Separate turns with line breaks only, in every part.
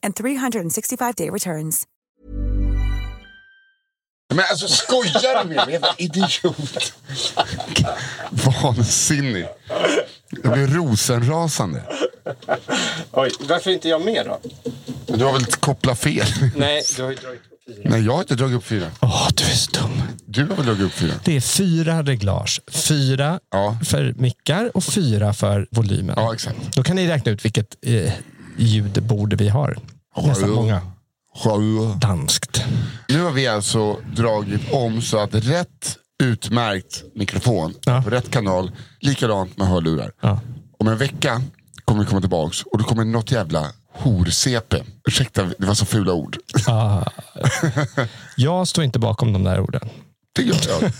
and 365-day returns.
Men alltså skojar du med mig? Jävla idiot. Vansinnig. Jag blir rosenrasande.
Oj, varför är inte jag med då?
Du har väl kopplat fel?
Nej, du har ju dragit upp filen.
Nej, jag har inte dragit upp fyra.
Åh, du är så dum.
Du har väl dragit upp fyra?
Det är fyra reglage. Fyra
Ja.
för mickar och fyra för volymen.
Ja, exakt.
Då kan ni räkna ut vilket eh, ljudbord vi har. Nästan
ja.
många.
Sju.
Danskt.
Nu har vi alltså dragit om så att rätt utmärkt mikrofon
Ja.
på rätt kanal, likadant med hörlurar.
Ja.
Om en vecka kommer vi komma tillbaks och då kommer något jävla hor-CP. Ursäkta, det var så fula ord.
Jag står inte bakom de där orden.
Det gör jag.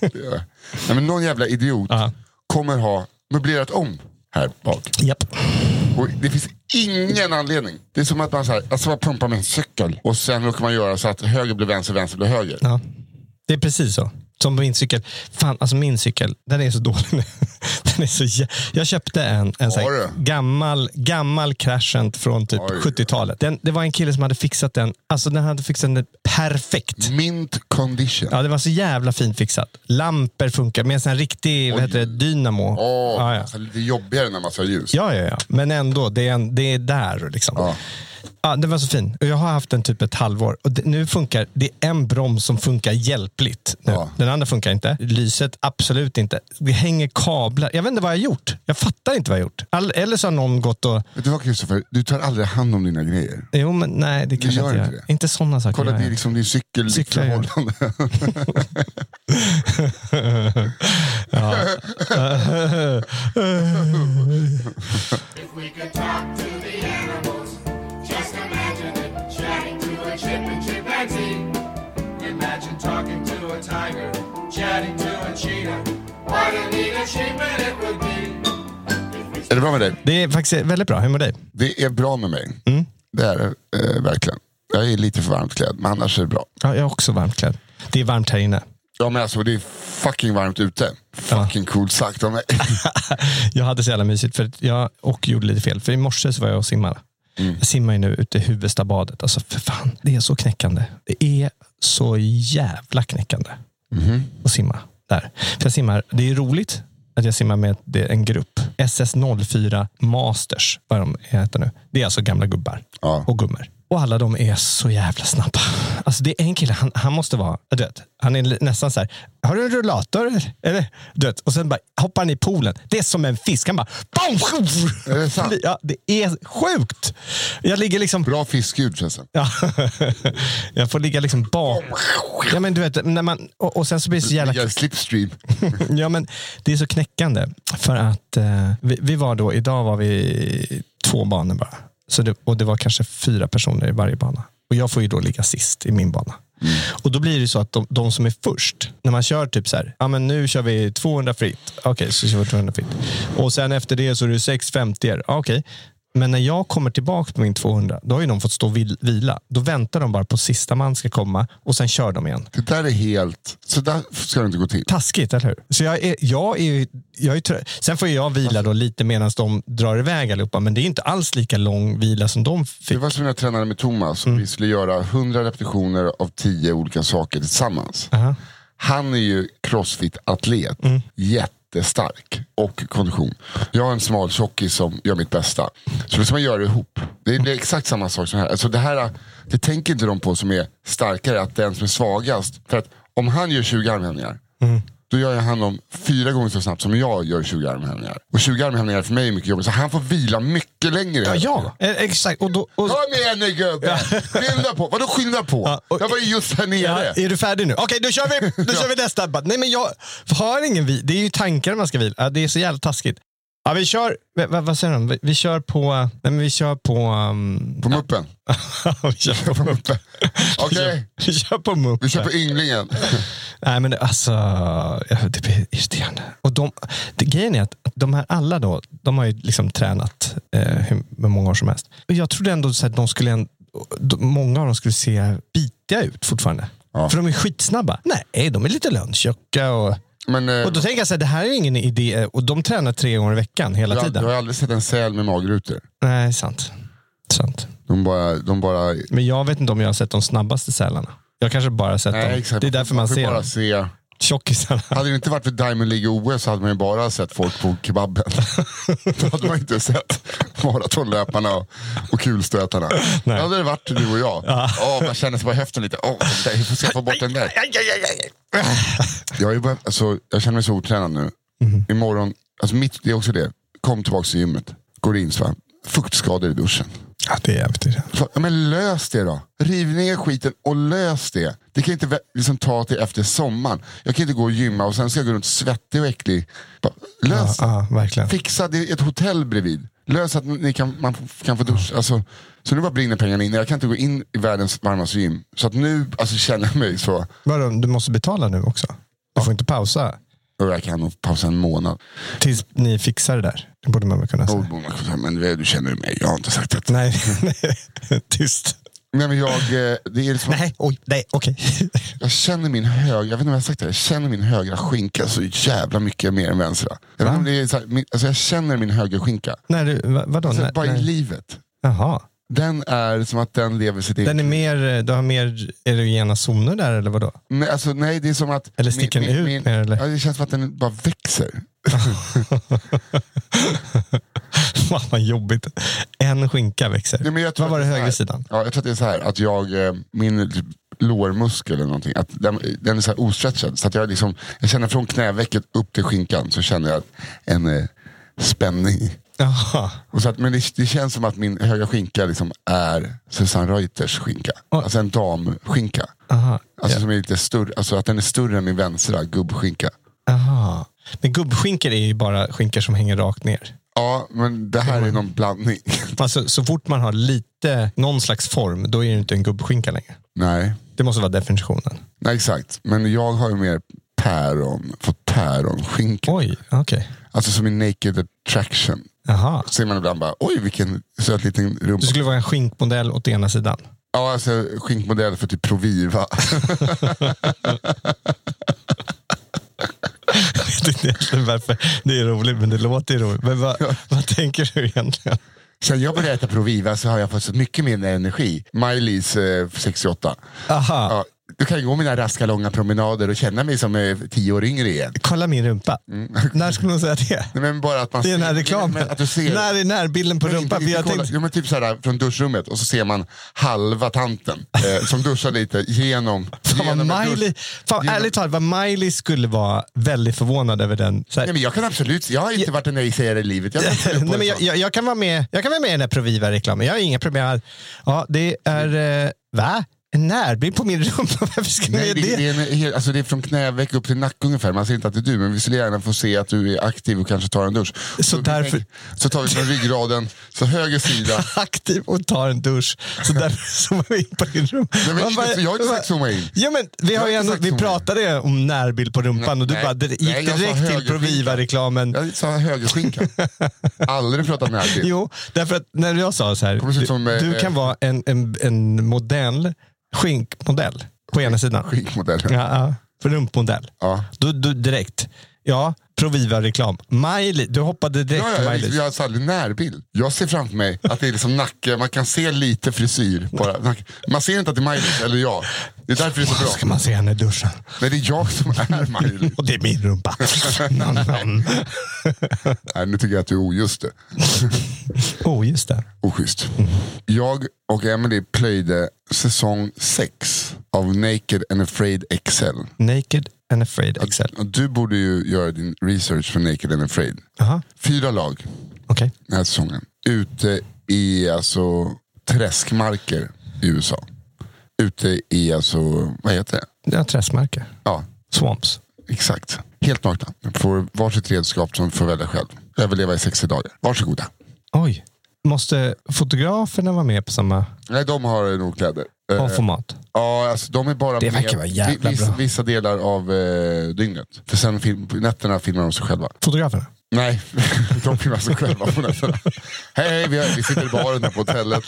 Det gör jag. Nej, men någon jävla idiot kommer ha möblerat om här bak.
Japp.
Och det finns ingen anledning. Det är som att man, så här, alltså man pumpar med en cykel och sen råkar man göra så att höger blir vänster, vänster blir höger.
Ja. Det är precis så. Som min cykel. Fan, alltså min cykel, den är så dålig nu. Den är så jä- jag köpte en, en så
Har du?
här gammal, gammal crashent från typ
Oj.
70-talet. Den, det var en kille som hade fixat den. Alltså den hade fixat den perfekt.
Mint condition.
Ja, det var så jävla fint fixat. Lampor funkar med en sån här riktig vad heter det, dynamo.
Åh,
ja, ja.
alltså lite jobbigare när man ser ljus.
Ja, ja, ja. Men ändå, det är, en, det är där. Liksom.
Ja.
Ja. den var så fin. Och Jag har haft den typ ett halvår. Och det, nu funkar, det är en broms som funkar hjälpligt. Nu.
Ja.
Den andra funkar inte. Lyset, absolut inte. Det hänger kablar. Jag vet inte vad jag har gjort. Jag fattar inte vad jag har gjort. All, eller så har någon gått och...
Vet du vad Kristoffer, du tar aldrig hand om dina grejer.
Jo, men nej, det kanske
gör
inte
inte
jag.
det.
Inte sådana saker.
Kolla,
gör
det är
jag
liksom din cykel.
Cyklar jag.
förhållande. Är det bra med dig?
Det är faktiskt väldigt bra. Hur mår dig?
Det är bra med mig.
Mm.
Det är det, eh, verkligen. Jag är lite för varmt klädd, men annars är det bra.
Ja, jag är också varmt klädd. Det är varmt här inne.
Ja men alltså det är fucking varmt ute. Fucking coolt sagt av mig.
Jag hade så jävla mysigt för att jag, och gjorde lite fel. För i morse så var jag och simmade.
Mm.
Jag simmar ju nu ute i Huvudstabadet. Alltså för fan, det är så knäckande. Det är så jävla knäckande
Mhm.
att simma där. För jag simmar, det är roligt att jag simmar med det- en grupp. SS04 Masters, vad de heter nu. Det är alltså gamla gubbar
Ja.
och gummor. Och alla de är så jävla snabba. Alltså det är en kille, han, han måste vara, du vet, han är li- nästan så här, har du en rullator? eller?" Eller, du vet, och sen bara hoppar han i poolen. Det är som en fisk. Han bara, bam,
Är det sant?
Ja, det är sjukt. Jag ligger liksom
Bra fiskljud förresten.
Ja. Jag får ligga liksom bak. Ja, men du vet, när man, och, och sen så blir det så jävla...
Vilken slipstream.
Ja, men det är så knäckande. För att eh, vi, vi var då, idag var vi två banor bara. Så det, och det var kanske fyra personer i varje bana. Och jag får ju då ligga sist i min bana. Och då blir det så att de, de som är först, när man kör typ så här, ja men nu kör vi 200 fritt. Okej, så kör vi 200 fritt. Och sen efter det så är det 650 er. Ja, Okej. Men när jag kommer tillbaka på min 200, då har ju de fått stå och vil- vila. Då väntar de bara på sista man ska komma och sen kör de igen
Det där är helt... Så där ska det inte gå till.
taskigt, eller hur? Så jag är, jag är, ju- jag är trö- Sen får ju jag vila då lite medan de drar iväg allihopa, men det är ju inte alls lika lång vila som de
Det
fick.
var som när jag tränade med Thomas.
Mm.
Vi skulle göra 100 repetitioner av
Mm.
10 olika saker tillsammans. Han är ju crossfit-atlet. Jätte jättestark och kondition. Jag har en smal tjockis som gör mitt bästa. Så då ska man göra det ihop. Det är, det är exakt samma sak som här. Alltså det här. Det tänker inte de på som är starkare, att den som är svagast. För att om han gör 20 armhävningar,
Mm.
då gör jag hand om fyra gånger så snabbt som jag gör 20 armhävningar. Och 20 armhävningar för mig är mycket jobbigt. Så han får vila mycket längre.
Ja, ja. Eh, exakt. Och då, och,
Kom igen nu gubben! Skynda på! Vadå skynda på?
Ja, och-
jag var ju just här
ja,
nere.
är du färdig nu? Okej, då kör vi, då kör vi nästa. Bara, Nej, men jag har ingen vila. Det är ju tankar man ska vila. Ja, Det är så jävla taskigt. Ja, vi kör, va, va, vad säger de? Vi, vi kör på... Nej, men vi kör på... Um,
På muppen.
vi kör på muppen.
Okej.
Vi kör- Vi kör på muppen.
Vi köper ynglingen.
Nej men det- alltså, jag- det blir irriterande. Och de, det, grejen är att de här alla då, de har ju liksom tränat eh, hur hur många år som helst. Och jag trodde ändå så att de skulle, en- de- många av dem skulle se bitiga ut fortfarande.
Ja.
För de är skitsnabba. Nej, de är lite löntjocka och,
Men, eh,
och då tänker jag så här, det här är ju ingen idé. Och de tränar tre gånger i veckan hela
jag, jag
tiden.
har aldrig sett en säl med magrutor.
Nej, sant. sant.
De bara... De bara
Men jag vet inte om jag har sett de snabbaste sälarna. Jag kanske bara har sett
nej,
dem.
exakt.
Det är därför man
får
ser
bara
dem.
se.
Tjockisarna.
Hade det inte varit för Diamond League OS så hade man ju bara sett folk på kebaben. Då hade man inte sett maratonlöparna och, och kulstötarna. Då hade det varit du och jag. Åh, man känner sig bara i höften lite. Åh, nej, hur ska jag få bort den där? Jag, är bara, alltså, jag känner mig så otränad nu. Imorgon, alltså mitt, det är också det. Kom tillbaka till gymmet. Går in så här, Fuktskador i duschen.
Ja, det är jävligt irriterande.
Så, ja, Men lös det då. Riv ner skiten och lös det. Det kan inte vä- liksom ta till efter sommaren. Jag kan inte gå och gymma och sen ska jag gå runt svettig och äcklig. Bara, Lös det.
Ja, verkligen.
Fixa det är ett hotell bredvid. Lös att ni kan, man f- kan få duscha. Alltså, så nu bara brinner pengarna in. Jag kan inte gå in i världens varmaste gym. Så att nu alltså, känner jag mig så.
Vadå, du måste betala nu också? Du får inte pausa
Och jag kan nog pausa en månad.
tills ni fixar det där. Det borde man väl kunna säga.
Oh, man kan säga, men du- du känner ju mig. Jag har inte sagt det.
Nej, nej, tyst.
Nej, men jag, eh, det är liksom,
Nej, oj, nej, okej.
jag känner min högra, jag vet inte om jag har sagt det, jag känner min högra skinka så jävla mycket mer än vänstra. Jag, vet inte om det är så här, min, alltså jag känner min högra skinka.
Nej, du, va- vadå?
Alltså,
nej,
bara i
nej.
livet.
Jaha.
Den är som att den lever sitt
Den
eget
är mer, eh, du har mer erogena zoner där eller vadå?
Nej, alltså, nej, det är som att...
Eller sticker den ut mer, eller?
Ja, det känns som att den bara växer.
Fan vad jobbigt. En skinka växer.
Nej, men jag tror
vad var
att
det
är så
högra
här-
sidan?
Ja, jag tror att det är så här att jag, eh, min typ lårmuskel eller någonting, att den, den är så här ostretchad. Så att jag, liksom, jag känner från knävecket upp till skinkan så känner jag att en eh, spänning.
Jaha.
Och så att, men det, det känns som att min höga skinka liksom är Susanne Reuters skinka.
Oj.
Alltså en damskinka.
Aha.
Alltså,
Ja.
som är lite större, alltså att den är större än min vänstra gubbskinka.
Aha. Men gubbskinkor är ju bara skinkor som hänger rakt ner.
Ja, men det här är någon blandning.
Alltså, så fort man har lite, någon slags form, då är det ju inte en gubbskinka längre.
Nej.
Det måste vara definitionen.
Nej, exakt. Men jag har ju mer päron, fått päronskinka.
Oj, okej.
Alltså som i Naked Attraction.
Jaha.
Så ser man ibland bara, oj vilken söt liten rumpa.
Du skulle vara en skinkmodell åt ena sidan.
Ja, alltså skinkmodell för typ Proviva.
Jag vet inte egentligen varför det är roligt, men det låter ju roligt. Men vad, vad tänker du egentligen?
Sen jag började äta Proviva så har jag fått så mycket mindre energi. Miley's eh, 68.
Aha,
Ja, du kan ju gå mina raska långa promenader och känna mig som eh, tio år yngre igen.
kolla min rumpa. När skulle hon säga det?
Nej, men bara att man
Det är den här
ser-
reklamen.
Mm. Men Att du ser.
När är närbilden på
Nej,
rumpan?
inte-
För jag
inte kolla.
tänkte,
Jo, men typ så här från duschrummet och så ser man halva tanten eh, som duschar lite genom...
fan
genom
vad
en dusch.
Miley, fan,
genom-
ärligt talat, vad Miley skulle vara väldigt förvånad över den. Så här,
Nej, men jag kan absolut, jag har inte varit en nej-sägare i livet. Jag, kan absolut på
Nej, men
en
jag,
sån.
jag, jag, kan vara med, jag kan vara med i den här Proviva-reklamen. Jag har inga problem. alls. Ja, det är... Eh, va? En närbild på min rumpa? Varför ska ni
Nej,
göra
det,
det?
det, är en, hel- alltså det är från knäveck upp till nacke ungefär. Man ser inte att det är du, men vi skulle gärna få se att du är aktiv och kanske tar en dusch.
Så därför-
så tar vi från ryggraden, så höger sida.
aktiv och tar en dusch. Så därför zoomar vi in på din rum.
Nej, men
Man bara-
inte- jag har inte
man bara-
sagt zooma in.
Ja, men vi,
Jag
har
har
ju
inte
ändå,
sagt
vi
zooma in.
pratade om närbild på rumpan och du
Nej,
bara det gick
nej, jag sa
direkt till
högerskinka.
Proviva-reklamen.
Jag sa högerskinka. Aldrig pratat med Albin.
Jo, därför att när jag sa så här,
Kommer se
du,
ut som, eh,
du kan vara en, en, en modell, skinkmodell på ena sidan.
Skinkmodell.
Ja, ja, för rumpmodell.
Ja.
Du, du direkt. Ja, Proviva-reklam. Miley, du hoppade direkt
Ja,
på
ja, jag,
Miley.
jag har alltså aldrig närbild. Jag ser framför mig att det är liksom nacke, man kan se lite frisyr. Bara. Nack- Man ser inte att det är Maj-Lis, eller jag. Det är därför det är så
Ska
bra.
man se henne i duschen?
Nej, det är jag som är Maj-Lis.
Och det är min rumpa. Nam, nam.
Nej, nu tycker jag att du är ojust. det.
oh, just det.
Oschysst. Jag och Emily plöjde säsong 6 av Naked and Afraid XL.
Naked and afraid Excel.
Och Du borde ju göra din research för Naked and Afraid.
Jaha,
Fyra lag
okej.
den här säsongen. Ute i alltså träskmarker i USA. Ute i alltså, vad heter det?
Det är träskmarker.
Ja,
Swamps.
exakt. Helt nakna. Får varsitt redskap som får välja själv. Överleva i 60 dagar. Varsågoda.
Oj. Måste fotograferna vara med på samma
Nej, de har nog kläder. Eh,
A-format?
Ja, alltså de är bara
Det
med
verkar vara jävla
vi- vissa,
bra.
vissa delar av eh, dygnet. För sen film, på nätterna filmar de sig själva.
Fotograferna?
Nej, de filmar sig själva på nätterna. Hej, hej, vi, har- vi sitter i baren här på hotellet.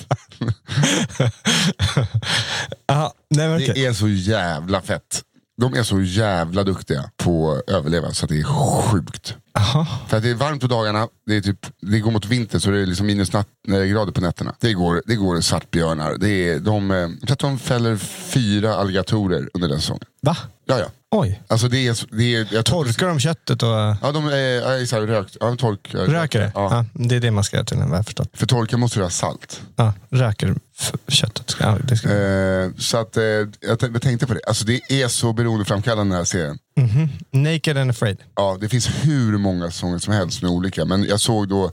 Ja, nej men okej.
Det är så jävla fett. De är så jävla duktiga på att överleva så att det är sjukt.
Jaha.
För att det är varmt på dagarna, det, är typ, det går mot vinter så det är liksom minusgrader på nätterna. Det går, det går svartbjörnar. Det är, de, eh, jag tror att de fäller fyra alligatorer under den säsongen.
Va?
Ja, ja.
Oj.
Alltså det är, det är, jag tror-
Torkar de köttet och
Ja, de är, är så här, rökt. Ja, de torkar.
röker det?
Ja.
Ja, det är det man ska göra tydligen, vad jag har förstått.
För torka måste du ha salt.
Ja, röker f- köttet. Ska, ja, det ska.
Eh, så att, eh, jag, t- jag tänkte på det. Alltså det är så beroendeframkallande den här serien.
Mhm. Naked and afraid.
Ja, det finns hur många säsonger som helst med olika. Men jag såg då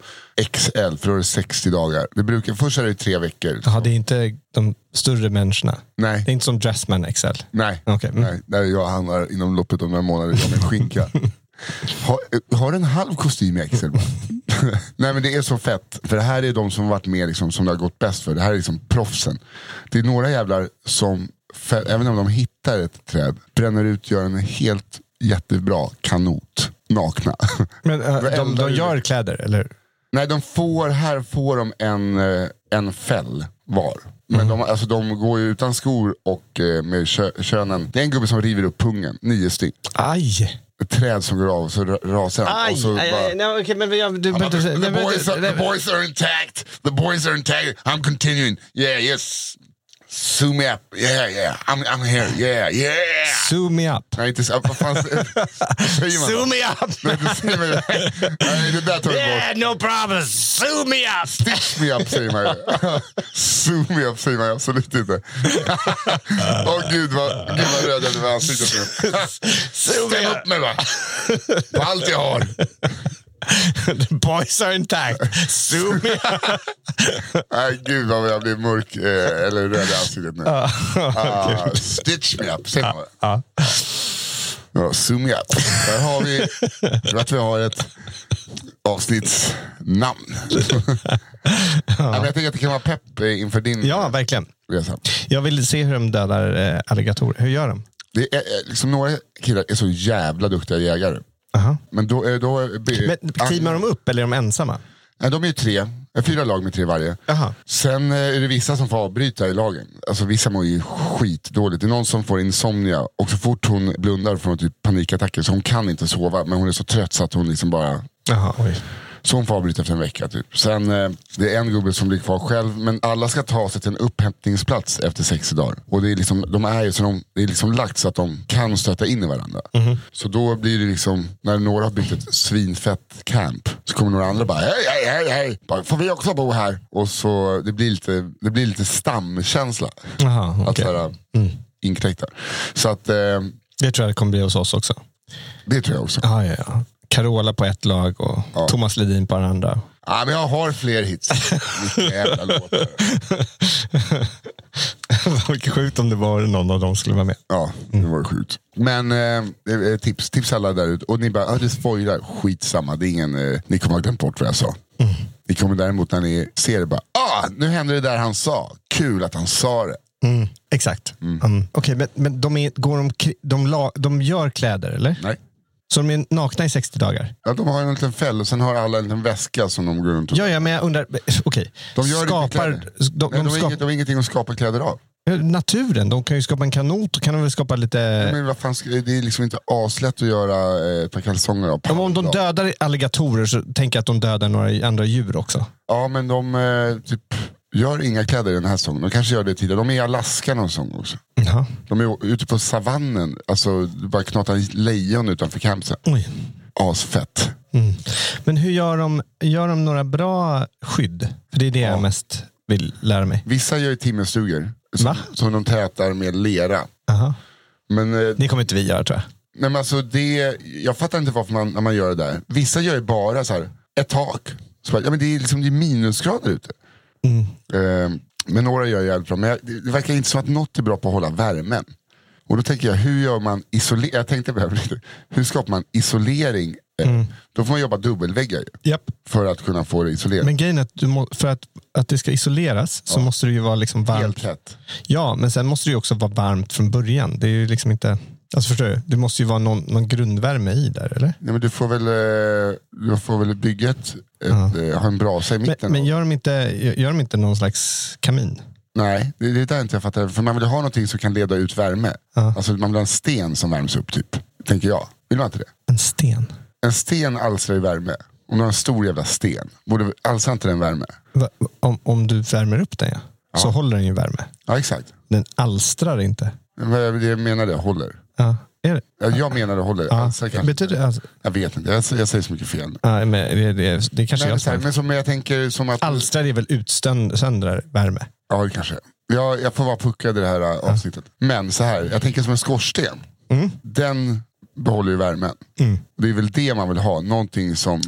XL, för då är det 60 dagar. Det brukar, först är det tre veckor.
Jaha, det är inte de större människorna.
Nej.
Det är inte som Dressman XL.
Nej,
Okej, mm.
Nej, där jag handlar inom loppet av några månader om en skinka. Har, har en halv kostym i Excel bara. Nej men det är så fett. För det här är de som varit med liksom, som det har gått bäst för. Det här är liksom proffsen. Det är några jävlar som, fä- även om de hittar ett träd, bränner ut, gör en helt jättebra kanot. Nakna.
Men eh,
Vad
de,
eldar
de
du?
gör kläder, eller hur?
Nej, de får, här får de en, eh, en fäll var. Men
Mm.
de, alltså, de går ju utan skor och eh, med kö, könen. Det är en gubbe som river upp pungen, nio styck.
Aj!
ett träd som går av och så ra- rasar han. och så bara,
nej, okej, men jag, du
han bara,
nej,
the,
men-
boys are, the boys are intact, the boys are intact, I'm continuing, yeah yes, zoom me up, yeah yeah, I'm, I'm here, yeah yeah.
Zoom me up.
Nej inte så, vad fan säger man? då?
Zoom me up!
Nej, det säger man inte. Nej, det där tar vi bort.
Yeah, no problem! Zoom me up!
Stitch me up säger man ju. Zoom me up säger man ju absolut inte. Åh gud vad, gud vad röd jag blev i ansiktet nu.
Zoom
Ställ upp mig va. På allt jag har.
The boys are intact. Zoom me up!
Nej, gud vad jag blir mörk eh, eller röd i ansiktet nu. Ah, stitch me up, säger man.
Ja.
Ja, zoom me up. Där har vi, jag tror att vi har ett avsnittsnamn. ja. men jag tänker att det kan vara pepp eh, inför din
ja, verkligen.
resa.
Jag vill se hur de dödar eh, alligatorer. Hur gör de?
Det är, eh, liksom, några killar är så jävla duktiga jägare.
Aha.
Men då, eh, då,
Men teamar de upp eller är de ensamma?
Nej, de är ju tre, eh, fyra lag med tre varje.
Aha.
Sen eh, är det vissa som får avbryta i lagen. Alltså vissa mår ju skitdåligt. Det är någon som får insomnia och så fort hon blundar får hon typ panikattacker. Så hon kan inte sova men hon är så trött så att hon liksom bara
Jaha, oj.
så hon får avbryta efter en vecka. Typ. Sen eh, det är en gubbe som blir kvar själv, men alla ska ta sig till en upphämtningsplats efter 60 dagar. Och det är liksom, de är ju så de, det är liksom lagt så att de kan stöta in i varandra.
Mhm.
Så då blir det liksom, när några har byggt ett svinfett camp, så kommer några andra bara hej, hej, hej, hej, bara, får vi också bo här? Och så det blir lite, det blir lite stamkänsla.
Jaha,
Att
okej. Mm.
vara inkräkta. Så att eh,
Det tror jag det kommer bli hos oss också.
det tror jag också.
Ah, ja, ja. Carola på ett lag och Thomas Ledin på den andra.
Ja, men jag har fler hits. Vilka jävla låtar.
Vilket sjukt om det var någon av dem skulle vara med.
Ja, det
Mm.
var sjukt. Men eh, eh, tips, tips alla där ute. Och ni bara, ah, det spoilar. Skitsamma, det är ingen, eh, ni kommer ha glömt bort vad jag sa.
Mm.
Ni kommer däremot när ni ser det bara, ah, nu hände det där han sa. Kul att han sa det.
Mm, exakt. Mm. Okej, men, men de, är, går de, kri- de, la, de gör kläder, eller?
Nej.
Så de är nakna i 60 dagar?
Ja, de har en liten fäll och sen har alla en liten väska som de går runt och...
Ja, ja men jag undrar. eh, Okej.
De gör inte
skapar,
kläder.
de,
Nej,
de
de, har
skap- Eh,
inget, de har ingenting att skapa kläder av.
Naturen, de kan ju skapa en kanot och kan de väl skapa lite...
Men vad fan, ska- det är liksom inte aslätt att göra eh, ett par kalsonger av
Ja, men om de
panda.
dödar alligatorer så tänker jag att de dödar några andra djur också.
Ja, men de eh, typ, gör inga kläder den här säsongen. De kanske gör det tidigare. De är i Alaska någon säsong också.
Jaha.
De är ute på savannen. Alltså, det bara knatar lejon utanför campsen.
Oj.
Asfett.
Mm. Men hur gör de, gör de några bra skydd? För det är det jag mest vill lära mig.
Vissa gör ju timmerstugor. Som,
Va?
som de tätar med lera.
Aha.
Men, eh,
Det kommer inte vi göra tror jag.
nej, men alltså, det, jag fattar inte varför man, när man gör det där. Vissa gör ju bara så här, ett tak. Så bara, ja, men det, är liksom, det är minusgrader ute. Eh, men några gör jävligt bra. Men jag, det, det verkar inte som att något är bra på att hålla värmen. Och då tänker jag, hur gör man isolering? Jag tänkte på det här lite. Hur skapar man isolering? Eh, Då får man jobba dubbelväggar ju,
Japp.
för att kunna få det isolerat.
Men grejen är att du må, för att, att det ska isoleras så måste det ju vara liksom varmt.
Helt tätt.
Ja, men sen måste det ju också vara varmt från början. Det är ju liksom inte... Alltså förstår du? Det måste ju vara någon, någon grundvärme i där, eller?
Nej, men du, får väl, eh, du får väl bygga ett, ett, eh, ha en brasa i mitten.
Men, men
då.
gör, de inte, gör de inte någon slags kamin?
Nej, det, det är där inte jag fattar. För man vill ha någonting som kan leda ut värme. Alltså man vill ha en sten som värms upp typ. Tänker jag. Vill man inte det?
En sten?
En sten alstrar ju värme. Om du har en stor jävla sten, borde alstrar inte den värme?
Va, om, om du värmer upp den ja, så håller den ju värme.
Ja exakt.
Den alstrar inte.
Men Det jag menar det håller.
Ja, är det?
Ja, Jag menar det håller.
Ja.
Alstrar kanske.
Betyder det? Alltså,
Jag vet inte, jag, jag säger så mycket fel.
ja, men det, det, det kanske
Men,
jag
så här,
sa.
men som jag tänker som att...
Alstrar är väl utsöndrar värme?
Ja, det kanske. Jag, jag får vara puckad i det här äh, avsnittet. Men så här, jag tänker som en skorsten. Den behåller ju värmen. Det är väl det man vill ha. Någonting som